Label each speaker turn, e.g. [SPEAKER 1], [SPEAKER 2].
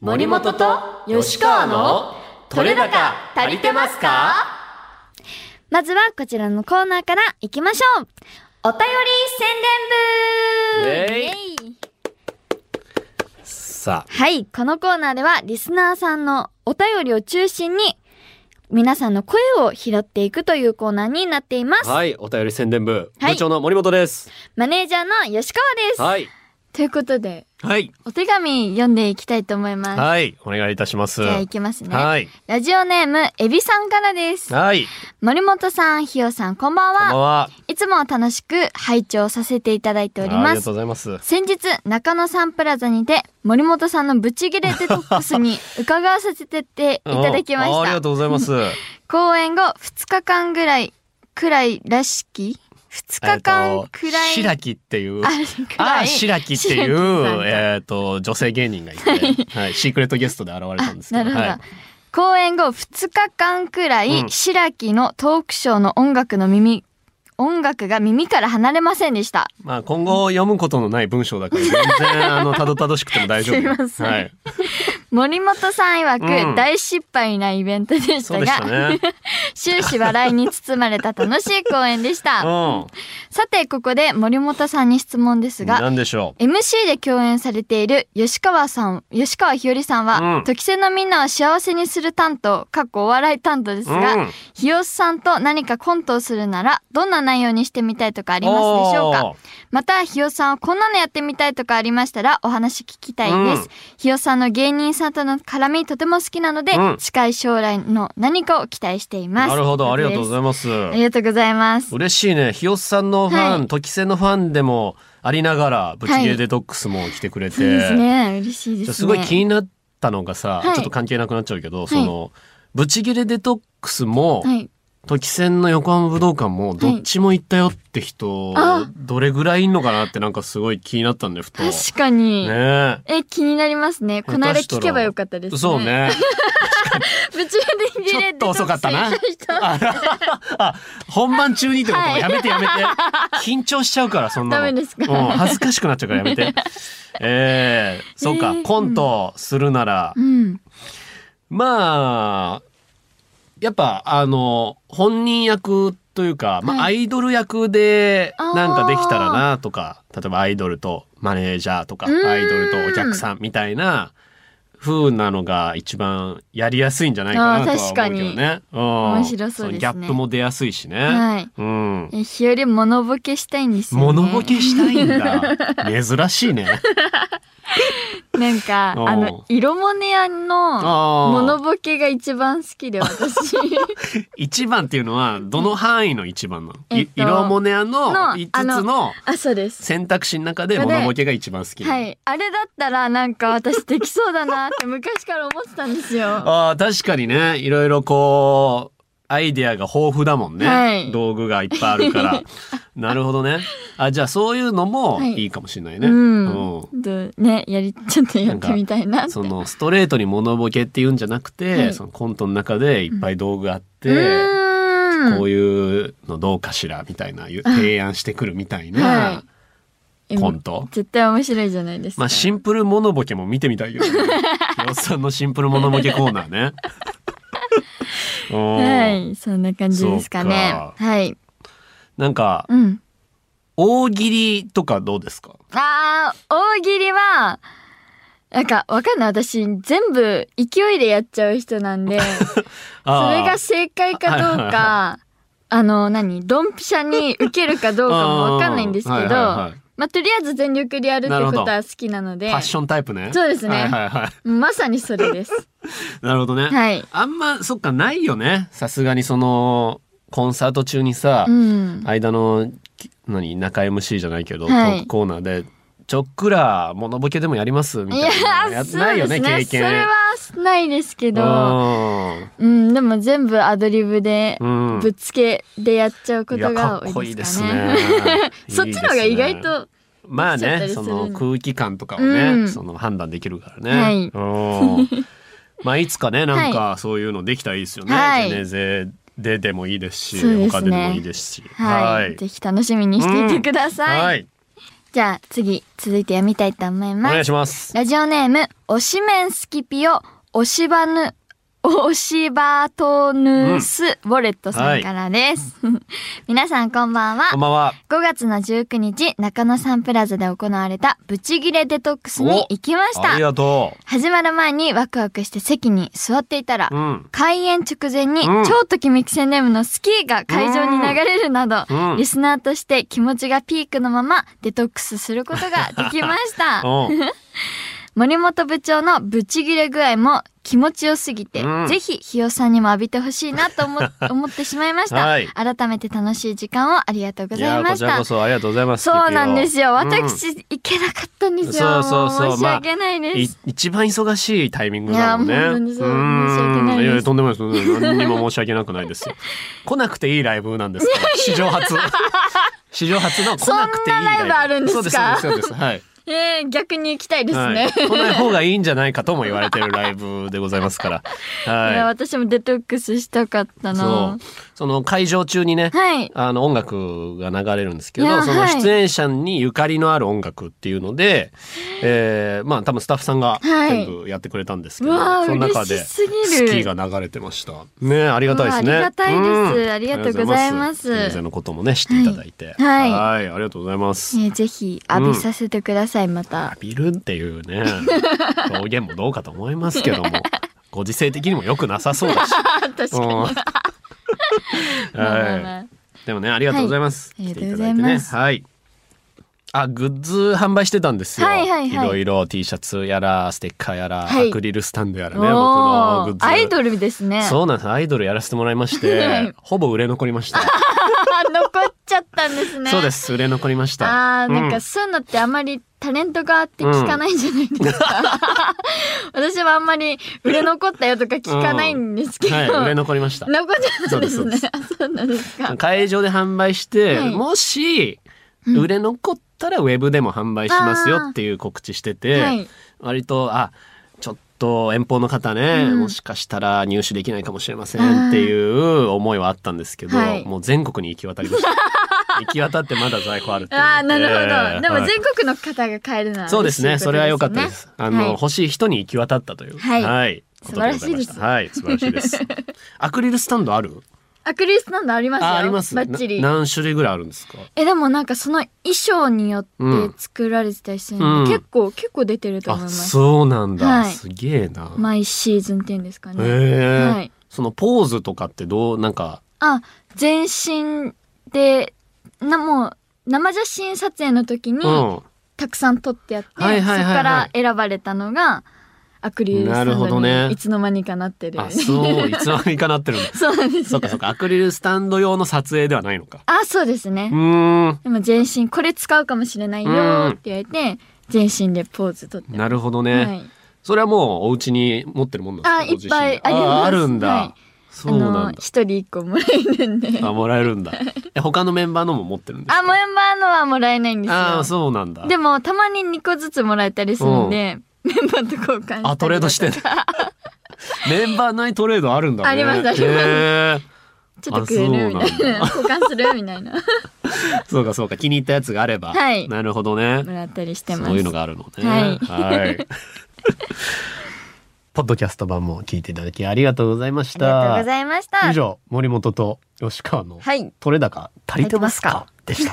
[SPEAKER 1] 森本と吉川の取れ高足りてますか
[SPEAKER 2] まずはこちらのコーナーから行きましょうお便り宣伝
[SPEAKER 1] イエ
[SPEAKER 2] 部イエイ
[SPEAKER 1] さあ、
[SPEAKER 2] はい、このコーナーではリスナーさんのお便りを中心に皆さんの声を拾っていくというコーナーになっています。
[SPEAKER 1] はい、お便り宣伝部、
[SPEAKER 2] はい
[SPEAKER 1] 部長の森本です。
[SPEAKER 2] マネージャーの吉川です。
[SPEAKER 1] はい。
[SPEAKER 2] ということで、
[SPEAKER 1] はい。
[SPEAKER 2] お手紙読んでいきたいと思います。
[SPEAKER 1] はい、お願いいたします。
[SPEAKER 2] じゃあ
[SPEAKER 1] は
[SPEAKER 2] 行
[SPEAKER 1] い。
[SPEAKER 2] きますね。
[SPEAKER 1] はい。
[SPEAKER 2] ラジオネーム、エビさんからです。
[SPEAKER 1] はい。
[SPEAKER 2] 森本さん、ひよさん、こんばん
[SPEAKER 1] こんばん
[SPEAKER 2] は。
[SPEAKER 1] は。
[SPEAKER 2] いつも楽しく拝聴させていただいており
[SPEAKER 1] あり
[SPEAKER 2] ま
[SPEAKER 1] が
[SPEAKER 2] す
[SPEAKER 1] とう。ございます。
[SPEAKER 2] 先日中野サンプラザにて森本さんのブチギレデトックスに伺わせていただき
[SPEAKER 1] あ
[SPEAKER 2] ま
[SPEAKER 1] ああり
[SPEAKER 2] し
[SPEAKER 1] が
[SPEAKER 2] た
[SPEAKER 1] とうござい ます。
[SPEAKER 2] 公演後2日間ぐらいくらいらしき2日間くらい、
[SPEAKER 1] 白木っていう。
[SPEAKER 2] あく
[SPEAKER 1] あ
[SPEAKER 2] ら
[SPEAKER 1] あ、
[SPEAKER 2] い
[SPEAKER 1] 白木っていう
[SPEAKER 2] 白木さん、が
[SPEAKER 1] えっ、と、女性芸人がい て、はい、シークレットゲストで現れたんですけど、
[SPEAKER 2] なるほど、
[SPEAKER 1] はい、
[SPEAKER 2] 公演後2日間くらい、
[SPEAKER 1] うん
[SPEAKER 2] 白木のトークショーの音楽の耳音楽が耳から離れませんでした
[SPEAKER 1] まあ、今後読むことのない文章だから、全然、あの、たどたどしくても大丈夫。
[SPEAKER 2] すいません
[SPEAKER 1] はい。
[SPEAKER 2] 森本さん曰く、
[SPEAKER 1] うん
[SPEAKER 2] 大失敗なイベントでし
[SPEAKER 1] そ
[SPEAKER 2] た
[SPEAKER 1] うでした
[SPEAKER 2] が、
[SPEAKER 1] ね。
[SPEAKER 2] 終始笑いに包まれた楽しい公演でした
[SPEAKER 1] うん。
[SPEAKER 2] さてここで森本さんに質問ですが
[SPEAKER 1] なんでしょ
[SPEAKER 2] MC で共演されている吉川さん吉川ひよりさんは、
[SPEAKER 1] うん
[SPEAKER 2] 時世のみんなを幸せにする担当かっこお笑い担当です
[SPEAKER 1] う。う
[SPEAKER 2] が、
[SPEAKER 1] ん。
[SPEAKER 2] ひよさんと何かコントをするならどんな内容にしてみたいとかありますでしょうか
[SPEAKER 1] おー
[SPEAKER 2] またひよさんはこんなのやってみたいとかありましたらお話聞きたいです、
[SPEAKER 1] うん
[SPEAKER 2] ひよさんの芸人さんとの絡みとても好きなので、
[SPEAKER 1] うん
[SPEAKER 2] 近い将来の何かを期待しています
[SPEAKER 1] なるほど、ありがとうござ
[SPEAKER 2] い
[SPEAKER 1] います。
[SPEAKER 2] ありがとうございます
[SPEAKER 1] 嬉しいね。ひよさんのファ
[SPEAKER 2] は
[SPEAKER 1] ン、時世のファンでもありながら、ブチ
[SPEAKER 2] は
[SPEAKER 1] ゲ
[SPEAKER 2] い
[SPEAKER 1] デトックスも来てくれ
[SPEAKER 2] そう
[SPEAKER 1] て。
[SPEAKER 2] ですね嬉しいですね
[SPEAKER 1] すごい気になったのがさ、
[SPEAKER 2] はい
[SPEAKER 1] ちょっと関係なくなっちゃうけど、その、ブチギレデトックスも、
[SPEAKER 2] はい
[SPEAKER 1] 時戦の横浜武道館も、どっちも行ったよって人、
[SPEAKER 2] あ
[SPEAKER 1] どれぐらいいんのかなってなんかすごい気になったんで、ふと。
[SPEAKER 2] 確かに、
[SPEAKER 1] ね
[SPEAKER 2] え気になりますねこの間聞けばよかったで
[SPEAKER 1] え。
[SPEAKER 2] すね
[SPEAKER 1] そうね。
[SPEAKER 2] ぶち切れ切れ
[SPEAKER 1] ちょっと遅かったな
[SPEAKER 2] 独占した人
[SPEAKER 1] ああ、本番中にってこと
[SPEAKER 2] はい
[SPEAKER 1] やめてや めて。緊張しちゃうから、そんなの。
[SPEAKER 2] ダメですか
[SPEAKER 1] うん、恥ずかしくなっちゃうからやめて。ええそうか、
[SPEAKER 2] えー
[SPEAKER 1] コントするなら、
[SPEAKER 2] うん
[SPEAKER 1] まあやっぱあの本人役というか、まあ、ア
[SPEAKER 2] は
[SPEAKER 1] イドル役で
[SPEAKER 2] あー
[SPEAKER 1] なんかできたらなとか例えばアイドルとマネージャーとか
[SPEAKER 2] うーん
[SPEAKER 1] アイドルとお客さんみたいな風なのが一番やりやすいんじゃないかなとは思うけどね。うん、
[SPEAKER 2] 面白そうですね
[SPEAKER 1] のギャップも出やすいしね。
[SPEAKER 2] はい
[SPEAKER 1] うん。
[SPEAKER 2] え日和物ボケしたいんですよね
[SPEAKER 1] 物ボケしたいんだ。 珍しいね。
[SPEAKER 2] なんか
[SPEAKER 1] おう
[SPEAKER 2] あの色モネ屋の物
[SPEAKER 1] ああ。
[SPEAKER 2] ボケが一番好き で私
[SPEAKER 1] 一番っていうのはどの範囲の一番なの？
[SPEAKER 2] えっ
[SPEAKER 1] い
[SPEAKER 2] と
[SPEAKER 1] 色もねあの
[SPEAKER 2] の
[SPEAKER 1] 五
[SPEAKER 2] あ
[SPEAKER 1] つ
[SPEAKER 2] の
[SPEAKER 1] の
[SPEAKER 2] あそうです
[SPEAKER 1] 選択肢の中でモノボケが一番好きなの、
[SPEAKER 2] はいあれだったらなんか私できそうだなって昔から思ってたんですよ
[SPEAKER 1] ああ確かにねいろいろこうアイデアが豊富だもんね、
[SPEAKER 2] はい
[SPEAKER 1] 道具がいっぱいあるから なるほどねあじゃあそういうのも
[SPEAKER 2] はい
[SPEAKER 1] いいかもしれないうね、
[SPEAKER 2] ん、どねやりちょっとやってみたいなって
[SPEAKER 1] そのストレートにモノボケっていうんじゃなくて、
[SPEAKER 2] はい
[SPEAKER 1] そのコントの中でいっぱい道具があって、
[SPEAKER 2] うん
[SPEAKER 1] こういうのどうかしらみたいないう提案してくるみたい
[SPEAKER 2] は
[SPEAKER 1] なコン
[SPEAKER 2] え
[SPEAKER 1] ト、
[SPEAKER 2] 絶対面白いじゃないですか、
[SPEAKER 1] まあシンプルモノボケも見てみたい よね。ひよさんのシンプルモノボケコーナーね。お
[SPEAKER 2] は
[SPEAKER 1] ー
[SPEAKER 2] い、そんな感じですかね。
[SPEAKER 1] そうか
[SPEAKER 2] はい、
[SPEAKER 1] なんか
[SPEAKER 2] うん。
[SPEAKER 1] 大喜利とかどうですか？
[SPEAKER 2] あー、大喜利は、なんか、わかんない。私、全部勢いでやっちゃう人なんで、そ
[SPEAKER 1] あー
[SPEAKER 2] れが正解かどう
[SPEAKER 1] はいはい
[SPEAKER 2] か、あの、何、ドンピシャに受けるかどうかもわかんないんですけ
[SPEAKER 1] あー
[SPEAKER 2] ど、
[SPEAKER 1] はいはいはい
[SPEAKER 2] まあ、とりあえず全力でやるってこと
[SPEAKER 1] な
[SPEAKER 2] は好きなので
[SPEAKER 1] パッ、ションタイプね。
[SPEAKER 2] そうですね
[SPEAKER 1] はいはいは
[SPEAKER 2] まさにそ れです。
[SPEAKER 1] い。なるほどね。
[SPEAKER 2] はい。
[SPEAKER 1] あんまそっかないよね。さすがにそのコンサート中にさ、
[SPEAKER 2] うん。
[SPEAKER 1] 間のき何中 MC じゃないけど、
[SPEAKER 2] はい
[SPEAKER 1] トークコーナーでちょっくらモノボケでもやりますみた
[SPEAKER 2] い
[SPEAKER 1] い
[SPEAKER 2] や
[SPEAKER 1] な
[SPEAKER 2] ー、
[SPEAKER 1] やつ
[SPEAKER 2] そう
[SPEAKER 1] ないよ
[SPEAKER 2] です
[SPEAKER 1] ね
[SPEAKER 2] ね
[SPEAKER 1] 経
[SPEAKER 2] そ
[SPEAKER 1] 験。
[SPEAKER 2] れはないですけど、
[SPEAKER 1] うん
[SPEAKER 2] うん、でも全部アドリブで
[SPEAKER 1] うん
[SPEAKER 2] ぶっつけでやっちゃうことが
[SPEAKER 1] いやかっこ
[SPEAKER 2] 多
[SPEAKER 1] い
[SPEAKER 2] い
[SPEAKER 1] い
[SPEAKER 2] で
[SPEAKER 1] ですす
[SPEAKER 2] かね。
[SPEAKER 1] ね
[SPEAKER 2] そっちの方が意外
[SPEAKER 1] いいですね
[SPEAKER 2] と、
[SPEAKER 1] まあ
[SPEAKER 2] ちゃった
[SPEAKER 1] ね
[SPEAKER 2] りす
[SPEAKER 1] そ
[SPEAKER 2] る
[SPEAKER 1] の空気感とかをね、
[SPEAKER 2] うん
[SPEAKER 1] その判断できるからね、
[SPEAKER 2] はい
[SPEAKER 1] うんまあいつか ねなんかそういうのできたらいいですよね、
[SPEAKER 2] はい
[SPEAKER 1] ジェネゼででもいいですし
[SPEAKER 2] そうですね
[SPEAKER 1] 他でもいいですし
[SPEAKER 2] はい、ぜひ楽しみにしていてください。
[SPEAKER 1] はい
[SPEAKER 2] じゃあ次、続いて読みたいと思い
[SPEAKER 1] お願
[SPEAKER 2] ま
[SPEAKER 1] い
[SPEAKER 2] す。
[SPEAKER 1] します。
[SPEAKER 2] ラジオネーム、おしめんスキピオ、おしばぬ、おしばとぬす、ウォレットさんからです。 皆さんこんばんは
[SPEAKER 1] こん。ばんは。
[SPEAKER 2] 5月の19日、中野サンプラザで行われたブチギレデトックスに行きまし
[SPEAKER 1] あり
[SPEAKER 2] た。
[SPEAKER 1] がと
[SPEAKER 2] 始まる前にワクワクして席に座っていたら
[SPEAKER 1] う。、うん。
[SPEAKER 2] 開演直前に
[SPEAKER 1] うん
[SPEAKER 2] 超ときめきセンネームのスキーが会場に流れるなど、
[SPEAKER 1] うん。
[SPEAKER 2] リスナーとして気持ちがピークのままデトックスすることができまし た。
[SPEAKER 1] うん。
[SPEAKER 2] 森本部長のブチギレ具合も気持ちよすぎて、
[SPEAKER 1] うん
[SPEAKER 2] ぜひひよさんにも浴びてほしいなと思思って しまいました、
[SPEAKER 1] はい
[SPEAKER 2] 改めて楽しい時間をありがとうご
[SPEAKER 1] い
[SPEAKER 2] ざ
[SPEAKER 1] や
[SPEAKER 2] い
[SPEAKER 1] ーこ
[SPEAKER 2] ま
[SPEAKER 1] ち
[SPEAKER 2] し
[SPEAKER 1] らこ
[SPEAKER 2] た。
[SPEAKER 1] そありがとうございます。
[SPEAKER 2] そうなんですよ。
[SPEAKER 1] うん
[SPEAKER 2] 私、行けなかったんですよ。
[SPEAKER 1] そうそうそう
[SPEAKER 2] も申し訳ないで
[SPEAKER 1] い
[SPEAKER 2] す。
[SPEAKER 1] 一番忙しいタイミングだもんね。
[SPEAKER 2] いや本当にそう
[SPEAKER 1] ーん
[SPEAKER 2] 申し訳ないです
[SPEAKER 1] いやいやとんでもないですとんでもな いです。何にも申し訳なくないですよ。来なくていいライブなんですから。史上初。史上初の来なくていいライブ。
[SPEAKER 2] そんなライブあるんです
[SPEAKER 1] そ
[SPEAKER 2] か
[SPEAKER 1] うですそうですそうです。はい。
[SPEAKER 2] えー、逆に行きたいですね。
[SPEAKER 1] はい、来ない方がいいんじゃないかとも言われてるライブでございますから。
[SPEAKER 2] いや
[SPEAKER 1] は
[SPEAKER 2] 私もデトックスしたかった
[SPEAKER 1] い。そ
[SPEAKER 2] な
[SPEAKER 1] う。その会場中にね、
[SPEAKER 2] はい
[SPEAKER 1] あの音楽が流れるんですけ
[SPEAKER 2] いや
[SPEAKER 1] ど、その
[SPEAKER 2] はい
[SPEAKER 1] 出演者にゆかりのある音楽っていうので、えーまあ多分スタッフさんが
[SPEAKER 2] はい
[SPEAKER 1] 全部やってくれたんですけ
[SPEAKER 2] う
[SPEAKER 1] ど、
[SPEAKER 2] わあ
[SPEAKER 1] その中
[SPEAKER 2] 嬉し
[SPEAKER 1] です
[SPEAKER 2] ぎる
[SPEAKER 1] スキーが流れてました。ねありがたいですね。
[SPEAKER 2] うわありがたいです
[SPEAKER 1] うん
[SPEAKER 2] ありがとうございます
[SPEAKER 1] ありがとうござい先生のこともね知っていただいて、
[SPEAKER 2] はい
[SPEAKER 1] はいありがとうございます。
[SPEAKER 2] ねぜひ浴びさせてください、また。
[SPEAKER 1] 浴びるっていう ね表現もどうかと思いますけどもご時世的にも良くなさそうだし。
[SPEAKER 2] 確かに。
[SPEAKER 1] うん
[SPEAKER 2] まあまあ
[SPEAKER 1] は
[SPEAKER 2] まあ
[SPEAKER 1] い、でもねありがとうございます。
[SPEAKER 2] はい
[SPEAKER 1] 来ていただいて
[SPEAKER 2] ありがとうござい
[SPEAKER 1] ね。
[SPEAKER 2] ます
[SPEAKER 1] はい。あグッズ販売してたんですよ。
[SPEAKER 2] はいはいはい
[SPEAKER 1] ろいろ T シャツやらステッカーやら、
[SPEAKER 2] はい
[SPEAKER 1] アクリルスタンドやらね
[SPEAKER 2] お
[SPEAKER 1] 僕のグ
[SPEAKER 2] ー
[SPEAKER 1] ッズ。
[SPEAKER 2] アイドルですね。
[SPEAKER 1] そうなんですアイドルやらせてもらいまし
[SPEAKER 2] はい
[SPEAKER 1] てほぼ売れ残りました。
[SPEAKER 2] あ 残っちゃったんですね。
[SPEAKER 1] そうで。す売れ残りました。
[SPEAKER 2] あーなん
[SPEAKER 1] う
[SPEAKER 2] かそういうのってあんまりタレント側って聞かないじゃないですか。 私はあんまり売れ残ったよとか聞かないんですけど、
[SPEAKER 1] はい売れ
[SPEAKER 2] 残っ
[SPEAKER 1] 残りました。
[SPEAKER 2] ちゃったんですね。
[SPEAKER 1] そ
[SPEAKER 2] あそうなんですか。
[SPEAKER 1] 会場で販売して、
[SPEAKER 2] はい
[SPEAKER 1] もし
[SPEAKER 2] うん
[SPEAKER 1] 売れ残ったらウェブでも販売しますよっていう告知してて、
[SPEAKER 2] はい
[SPEAKER 1] 割とあちょっと遠方の方ね、
[SPEAKER 2] うん
[SPEAKER 1] もしかしたら入手できないかもしれませんっていう思いはあったんですけど、
[SPEAKER 2] はい
[SPEAKER 1] もう全国に行き渡りました 行き渡ってまだ在庫あるっていう
[SPEAKER 2] あーなるほど、
[SPEAKER 1] えー
[SPEAKER 2] でも
[SPEAKER 1] はい
[SPEAKER 2] 全国の方が買えるなら嬉しいことね、
[SPEAKER 1] そうですねそれは良かったですあの、
[SPEAKER 2] はい
[SPEAKER 1] 欲しい人に行き渡ったという
[SPEAKER 2] はい
[SPEAKER 1] ことござまた
[SPEAKER 2] 素晴らしいです
[SPEAKER 1] はい素晴らしい ですアクリルスタンドある
[SPEAKER 2] アクリルスタンドありますよ
[SPEAKER 1] ああります
[SPEAKER 2] バッチリ
[SPEAKER 1] な何種類ぐらいあるんですか
[SPEAKER 2] えでもなんかその衣装によっ
[SPEAKER 1] うん
[SPEAKER 2] て作られてたりするので、
[SPEAKER 1] うん
[SPEAKER 2] 結構結構出てると思い
[SPEAKER 1] あ
[SPEAKER 2] ます
[SPEAKER 1] そうなんだ、
[SPEAKER 2] はい
[SPEAKER 1] すげえな、
[SPEAKER 2] 毎シーズンっていうんですか
[SPEAKER 1] へ
[SPEAKER 2] ね、
[SPEAKER 1] え、
[SPEAKER 2] はい
[SPEAKER 1] そのポーズとかってどうなんか
[SPEAKER 2] あ全身でなもう生写真撮影の時に
[SPEAKER 1] うん
[SPEAKER 2] たくさん撮ってやって、
[SPEAKER 1] はいはいはいはい
[SPEAKER 2] そこから選ばれたのがアクリルスタン
[SPEAKER 1] なるほ
[SPEAKER 2] ド
[SPEAKER 1] ど
[SPEAKER 2] に
[SPEAKER 1] ね
[SPEAKER 2] いつの間にかなってる、
[SPEAKER 1] あそういつの間にかなってるんだ
[SPEAKER 2] そうなんです
[SPEAKER 1] そっかそっかアクリルスタンド用の撮影ではないのか
[SPEAKER 2] あそうですね
[SPEAKER 1] う、ーん
[SPEAKER 2] でも全身これ使うかもしれないよーって言われて、全身でポーズ撮って
[SPEAKER 1] なるほど
[SPEAKER 2] は
[SPEAKER 1] ね、
[SPEAKER 2] い、
[SPEAKER 1] それはもうお家に持ってるもんなんですか
[SPEAKER 2] あ
[SPEAKER 1] ご自身で
[SPEAKER 2] いっぱいあります
[SPEAKER 1] ああるんだ、
[SPEAKER 2] はい
[SPEAKER 1] そうな
[SPEAKER 2] あの
[SPEAKER 1] んだ
[SPEAKER 2] 一人一個もらえるんで
[SPEAKER 1] あ
[SPEAKER 2] あ
[SPEAKER 1] もらえる んだえ他のメンバーのも持ってるんですか
[SPEAKER 2] メンバーのはもらえないんですよ
[SPEAKER 1] あーそうなんだ
[SPEAKER 2] でもたまに2個ずつもらえたりするんで、メンバーと交換したりとか
[SPEAKER 1] あトレードしてるメンバー内トレードあるんだね
[SPEAKER 2] ありますあります
[SPEAKER 1] へー
[SPEAKER 2] ちょっとくれるみたいな
[SPEAKER 1] あ
[SPEAKER 2] 交換するみたいなも
[SPEAKER 1] そうかそうか気に入ったやつがあれば、
[SPEAKER 2] はい
[SPEAKER 1] なるほどね
[SPEAKER 2] らったりしてます
[SPEAKER 1] そういうのがあるのね
[SPEAKER 2] はい
[SPEAKER 1] はい ポッドキャスト版も聞いていただきありがとうございまし
[SPEAKER 2] ありがとう
[SPEAKER 1] た
[SPEAKER 2] ございました
[SPEAKER 1] 以上森本と吉川の
[SPEAKER 2] はい
[SPEAKER 1] 取れ高足りてますかでした